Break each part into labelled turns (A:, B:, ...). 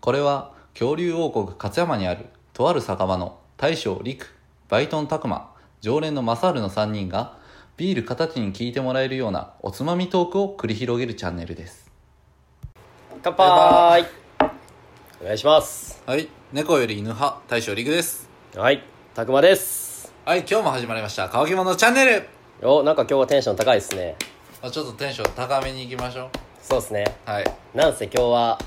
A: これは恐竜王国勝山にあるとある酒場の大将陸バイトン拓磨常連のマサールの3人がビール片手に聞いてもらえるようなおつまみトークを繰り広げるチャンネルです
B: 乾杯お願いします
A: はい猫より犬派大将陸です
B: はいたくまです
A: はい今日も始まりました乾き物チャンネル
B: おなんか今日はテンション高いですね
A: あちょっとテンション高めにいきましょ
B: そうですね
A: うはい
B: なんせ今日は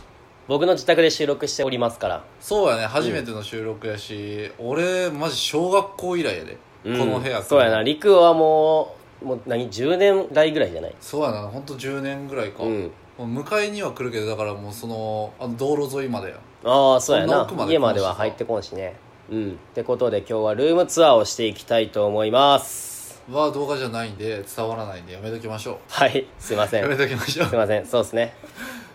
B: 僕の自宅で収録しておりますから
A: そうやね初めての収録やし、俺マジ小学校以来やで、
B: うん
A: この部屋
B: そうやな陸はもうもう何10年来ぐらいじゃない
A: そうやなほんと10年ぐらいか、
B: うん
A: もう迎えには来るけどだからもうそのあの道路沿いまでや
B: ああそうや
A: そんな
B: な
A: 奥まで来ました
B: 家までは入ってこんしねうんってことで今日はルームツアーをしていきたいと思います
A: は動画じゃないんで伝わらないんでやめときましょ
B: はいすいませ
A: うやめ
B: ん
A: ときましょ
B: すいうませんそうですね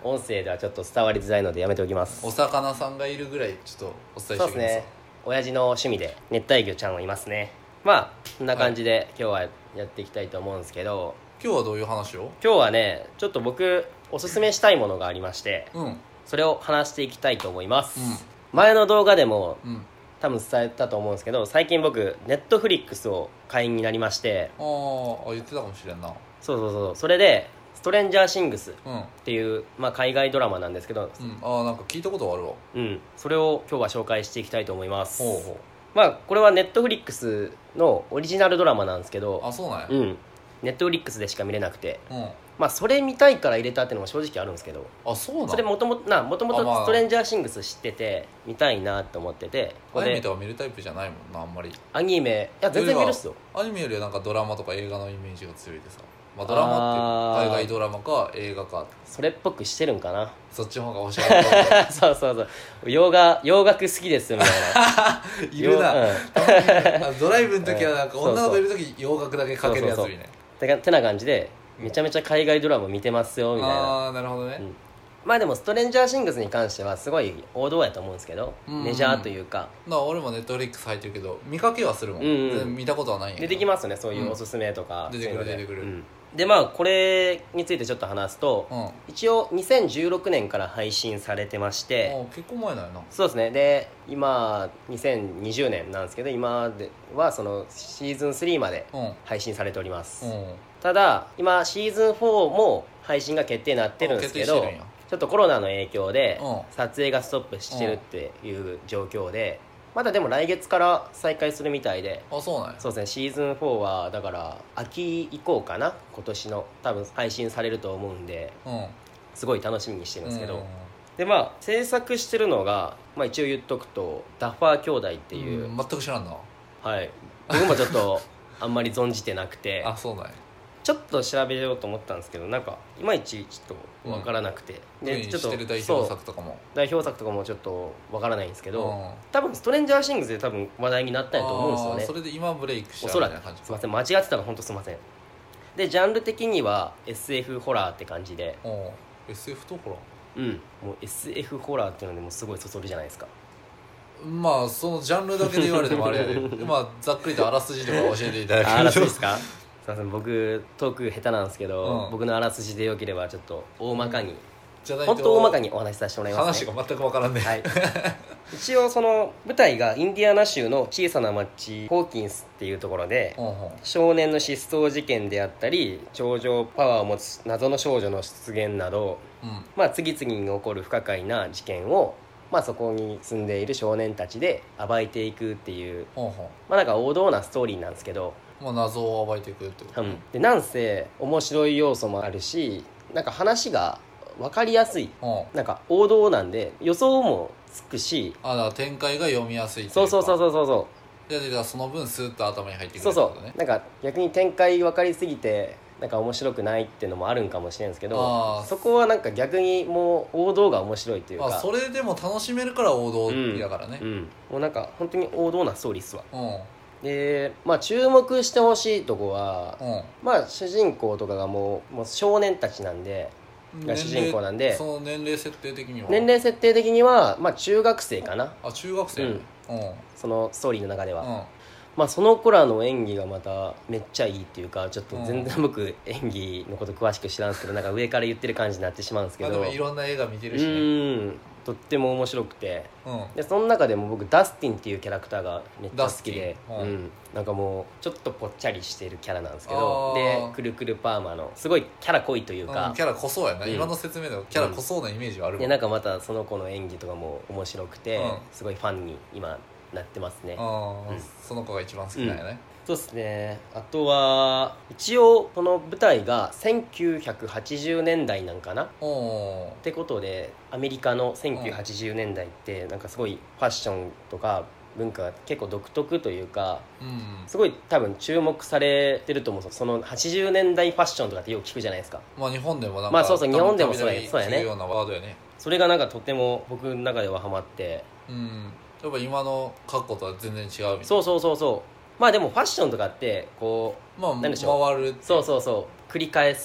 B: 音声ではちょっと伝わりづらいのでやめておきます
A: お魚さんがいるぐらいちょっとお伝えして
B: そう
A: く
B: です
A: ださい、
B: ね親父の趣味で熱帯魚ちゃんはいますねまあこんな感じで今日はやっていきたいと思うんですけど、
A: 今日はどういう話を
B: 今日はねちょっと僕おすすめしたいものがありまして
A: うんうん
B: それを話していきたいと思います、前の動画でも
A: うん
B: 多分伝えたと思うんですけど最近僕ネットフリックスを会員になりまして
A: あーあ言ってたかもしれんな
B: そうそうそうそれで「ストレンジャーシングス」っ
A: うんうんあ
B: ていう、まあ、海外ドラマなんですけど、
A: あなんか聞いたことあるわ
B: うん、それを今日は紹介していきたいと思います
A: ほうほ
B: まあこれはネットフリックスのオリジナルドラマなんですけ
A: うあ
B: ど
A: そうなんや
B: うんネットフリックスでしか見れなくて
A: うん、
B: まあそれ見たいから入れたっていうのも正直あるんですけど
A: あそうなん
B: それもともともとも
A: あまあ
B: とストレンジャーシングス知ってて見たいなと思っててここ
A: アニメ
B: で
A: とか見るタイプじゃないもんなあんまり
B: アニメいや全然見るっすよ
A: アニメよりはなんかドラマとか映画のイメージが強いでさ、まあ、ドラマって
B: あー
A: 海外ドラマか映画か
B: それっぽくしてるんかな
A: そっちの方がおしゃれだ
B: そうそうそう洋画洋楽好きですみたい な
A: いるな、
B: 洋うん
A: あのドライブの時はなんか
B: そうそう
A: 女の子いる時洋楽だけかけるやつみたいな
B: てかてな感じでめちゃめちゃ海外ドラマ見てますよみたいな
A: ああーなるほどね、
B: うんまあでもストレンジャーシングスに関してはすごい王道やと思うんですけど、
A: うん
B: メジャーというか
A: な俺もネットフリックス入ってるけど見かけはするもん、
B: うんうん
A: 全然見たことはないんや
B: 出てき
A: す
B: ますよねそうい
A: ん
B: うおすすめとか、
A: 出てくる
B: そういうので
A: 出てくる
B: うんでまあこれについてちょっと話すと、
A: うんあ
B: 一応2016年から配信されてまして、
A: ー結構前だよな
B: そうですねで今2020年なんですけど今ではそのシーズン3まで
A: うん
B: 配信されております、
A: うん
B: ただ今シーズン4も配信が決定になってるんですけ
A: あ
B: ど
A: 決定してるんや
B: ちょっとコロナの影響で
A: う
B: 撮影がストップしてるっていう状況でまだでも来月から再開するみたいで
A: あそうなんや
B: そうですねシーズン4はだから秋以降かな今年の多分配信されると思うんで
A: う
B: すごい楽しみにしてるん
A: ん
B: ですけど、
A: うん
B: でまあ制作してるのが、まあ、一応言っとくとダッファー兄弟っていう、
A: ん全く知らんな
B: はい僕もちょ っとあんまり存じてなくて
A: あそうなんや
B: ちょっと調べようと思ったんですけどなんかいまいちちょっとわからなくて、
A: 特に
B: ちょっ
A: 知
B: と
A: ってる代
B: そう
A: 表作とかも
B: 代表作とかもちょっとわからないんですけ
A: うん
B: ど、
A: あ
B: 多分ストレンジャーシングスで多分話題になったんやと思うん
A: ー
B: です
A: そ
B: よね
A: れで今ブレイクした
B: お
A: み
B: そ
A: た
B: ら
A: いな感
B: く
A: じ
B: すいません間違ってたら本当すいませんでジャンル的には SF ホラーって感じで
A: うん SF とほら
B: うんもう SF ホラーっていうのでもうすごいそそるじゃないですか
A: まあそのジャンルだけで言われてもあれ やでまあざっくりとあらすじとか教えていただ
B: ああら
A: け
B: すじ
A: る
B: ですかすいません僕トーク下手なんですけど、
A: うん
B: 僕のあらすじでよければちょっと大まかに、
A: じゃない
B: 本当大まかにお話しさせてもらいます
A: 話
B: ね
A: が全く分からんね
B: はい一応その舞台がインディアナ州の小さな町ホーキンスっていうところで
A: うんうん
B: 少年の失踪事件であったり超常パワーを持つ謎の少女の出現など、
A: うん
B: まあ、次々に起こる不可解な事件を、まあ、そこに住んでいる少年たちで暴いていくっていう、
A: うんうん
B: まあ、なんか王道なストーリーなんですけど
A: まあ、謎を暴いていくってこと、
B: うん、でなんせ面白い要素もあるしなんか話が分かりやすい
A: うん
B: なんか王道なんで予想もつくし
A: あだから展開が読みやすいってい
B: そうそうそう
A: う
B: そうそうそ
A: かでだからその分スーッと頭に入って
B: う
A: くる
B: そう
A: ってこと
B: そう
A: ね
B: なんか逆に展開分かりすぎてなんか面白くないっていうのもあるんかもしれないんですけ
A: あ
B: ど
A: ー
B: そこはなんか逆にもう王道が面白いというか
A: あそれでも楽しめるから王道だからね
B: うん、もうなんか本当に王道なストーリーっすわ
A: うんうん、
B: でまあ注目してほしいとこはまあ主人公とかがもうもう少年たちなんでが主人公なん
A: 年齢
B: で
A: その年齢設定的には
B: 年齢設定的には、まあ、中学生かな
A: あ中学生やねうん
B: そのストーリーの中では、
A: うん
B: まあ、その子らの演技がまためっちゃいいっていうかちょっと全然僕演技のこと詳しく知らんすけどなんか上から言ってる感じになってしまうんですけ
A: まあ、
B: ど
A: でもいろんな映画見て
B: う
A: るしね
B: ーんとっても面白くて
A: うん
B: でその中でも僕ダスティンっていうキャラクターがめっちゃ好きで、
A: ダスティンはい
B: うんなんかもうちょっとぽっちゃりしてるキャラなんですけ
A: あ
B: ど
A: ー
B: でくるくるパーマのすごいキャラ濃いという
A: う
B: か
A: ん、キャラ濃そうやな、
B: うん
A: 今の説明でもキャラ濃そうなイメージはあるも
B: で
A: ん
B: なんかまたその子の演技とかも面白くて、
A: うん
B: すごいファンに今なってますね
A: あー
B: うん
A: その子が一番好きなんやね、
B: そうですねあとは一応この舞台が1980年代なんかなっ
A: おお
B: てことでアメリカの1980年代ってなんかすごいファッションとか文化が結構独特というか
A: ーうん
B: すごい多分注目されてると思うんですよその80年代ファッションとかってよく聞くじゃないですか
A: まあ日本でもなんか
B: まあそうそう日本でもそうや
A: たびたび
B: そうやね
A: 聞くようなワードやね
B: それがなんかとても僕の中ではハマって
A: うんやっぱ今の過去とは全然違うみたいな
B: そうそうそうそうまあでもファッションとかってこう
A: まあ
B: なんでしょ
A: 回るってい
B: そうそうそう繰り返し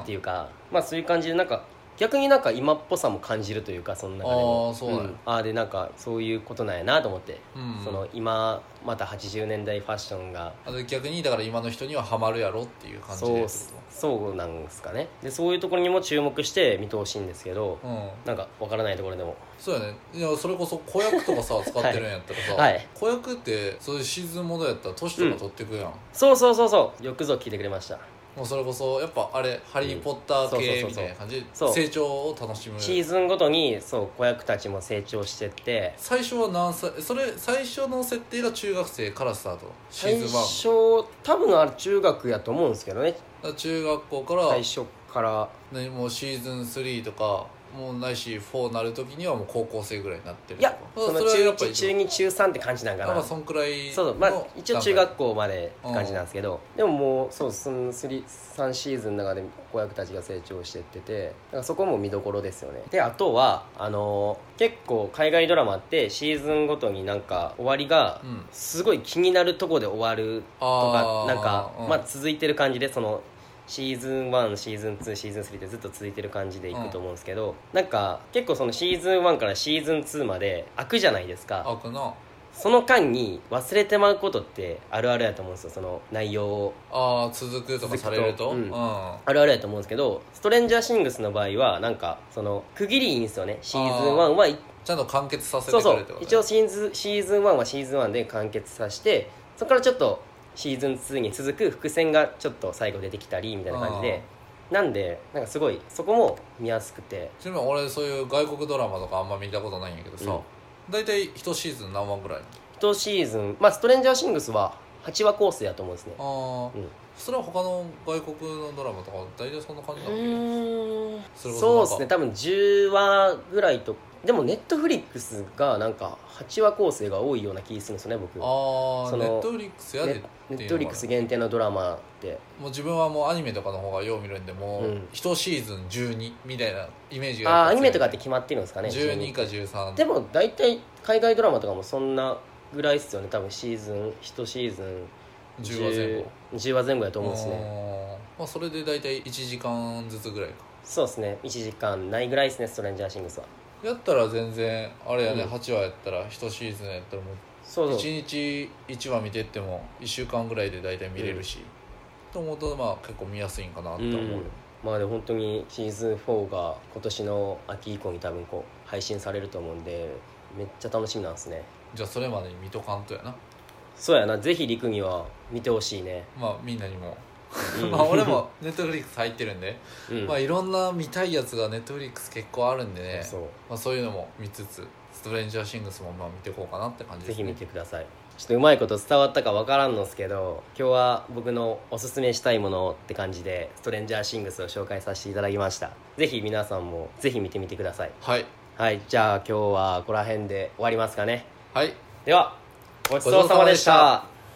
B: っていうか、まあそういう感じでなんか逆になんか今っぽさも感じるというかその中でも
A: あーそうなんや
B: んあーでなんかそういうことなんやなと思って、
A: うん
B: その今また80年代ファッションが
A: あと逆にだから今の人にはハマるやろっていう感じ
B: そう
A: で
B: っすそうなんですかねでそういうところにも注目して見てほしいんですけど、
A: うん
B: なんかわからないところでも
A: そうやねいやそれこそ子役とかさ使ってるんやったらさ、
B: はい
A: 子役ってそういうシーズンものやったら年とか取ってくやん、
B: そうそうそうそうよくぞ聞いてくれました
A: もうそれこそやっぱあれ「ハリー・ポッター」系
B: そうそうそうそう
A: みたいな感じで
B: そう
A: 成長を楽しむ
B: シーズンごとにそう子役たちも成長してって
A: 最初は何歳それ最初の設定が中学生からスタートシ
B: 最
A: ーズン
B: 初
A: 1
B: 多分あれ中学やと思うんですけどね
A: だから中学校から
B: 最初から
A: ねもうシーズン3とかもうないし4になる時にはもう高校生ぐらいになってる
B: いや
A: とか
B: その
A: れは
B: 中
A: やっぱ
B: 1
A: 一
B: 中2中3って感じなんか
A: ま
B: な
A: あ
B: そう
A: そんくらいの
B: そうまあ一応中
A: 段
B: 学校までって感じなんですけどでももうそうその3 3シーズンの中で子役たちが成長してっててだからそこも見どころですよねであとはあのー結構海外ドラマってシーズンごとになんか終わりが
A: 階うん
B: すごい気になるとこで終わると
A: あ
B: か
A: ー
B: なんか、
A: うん
B: まあ続いてる感じでそのシーズン1シーズン2シーズン3ってずっと続いてる感じでいくと思うんですけど、なんか結構そのシーズン1からシーズン2まで開くじゃないですか
A: 開くな
B: その間に忘れてまうことってあるあるやと思うんですよその内容を
A: ああ続くとかされると
B: 続
A: う
B: く
A: ん
B: とあるあるやと思うんですけどストレンジャーシングスの場合はなんかその区切りいいんですよねシーズン1は
A: ちゃんと完結させて
B: そう
A: く
B: そ
A: れる
B: う
A: ってことね
B: 一応シーズンシーズン1はシーズン1で完結させてそこからちょっとシーズン2に続く伏線がちょっと最後出てきたりみたいな感じでなんでなんかすごいそこも見やすくて
A: ちなみに俺そういう外国ドラマとかあんま見たことないんやけどさ大体一シーズン何話ぐらい
B: 1シーズンまあストレンジャーシングスは8話構成だと思うんですね
A: ああ
B: うん
A: それは他の外国のドラマとか大体そんな感じなの
B: うん
A: それこ
B: そ
A: そなん
B: う
A: か
B: ですね多分10話ぐらいとでもネットフリックスがなんか8話構成が多いような気するんですよね僕
A: ああ
B: そ
A: ネ
B: の
A: ットフリックスやでっていう
B: ネ
A: のが
B: ネットフリックス限定のドラマって
A: もう自分はもうアニメとかの方がよう見るんでも
B: う
A: うん一シーズン12みたいなイメージが
B: ああ
A: やぱ強
B: ーア
A: い
B: ニメとかって決まってるんですかね
A: 12か13
B: でも大体海外ドラマとかもそんなぐらいっすよね多分シーズン1シーズン
A: 10話前後
B: 10話前後やと思うんですね
A: ねまあそれで大体1時間ずつぐらいか
B: そうですね1時間ないぐらいですねストレンジャーシングスは
A: やったら全然あれやね、
B: うん
A: 8話やったら1シーズンやったらもう
B: そうそう
A: 1日1話見てっても1週間ぐらいで大体見れるし、と思うとまあ結構見やすいんかなって思う、
B: うんまあで本当にシーズン4が今年の秋以降に多分こう配信されると思うんでめっちゃ楽しみなんですね
A: じゃあそれまでに見とかんとやな
B: そうやなぜひ陸には見てほしいね、
A: まあみんなにも、
B: うん
A: まあ俺もネットフリックス入ってるんで、
B: うん
A: まあいろんな見たいやつがネットフリックス結構あるんでね
B: そう
A: まあ、そういうのも見つつストレンジャーシングスもまあ見ていこうかなって感じで
B: ぜ
A: す
B: ひ
A: ね
B: 見てくださいちょっとうまいこと伝わったかわからんのですけど今日は僕のおすすめしたいものって感じでストレンジャーシングスを紹介させていただきましたぜひ皆さんもぜひ見てみてください
A: はい
B: はいじゃあ今日はここら辺で終わりますかね
A: はい
B: ではごちそうさまでした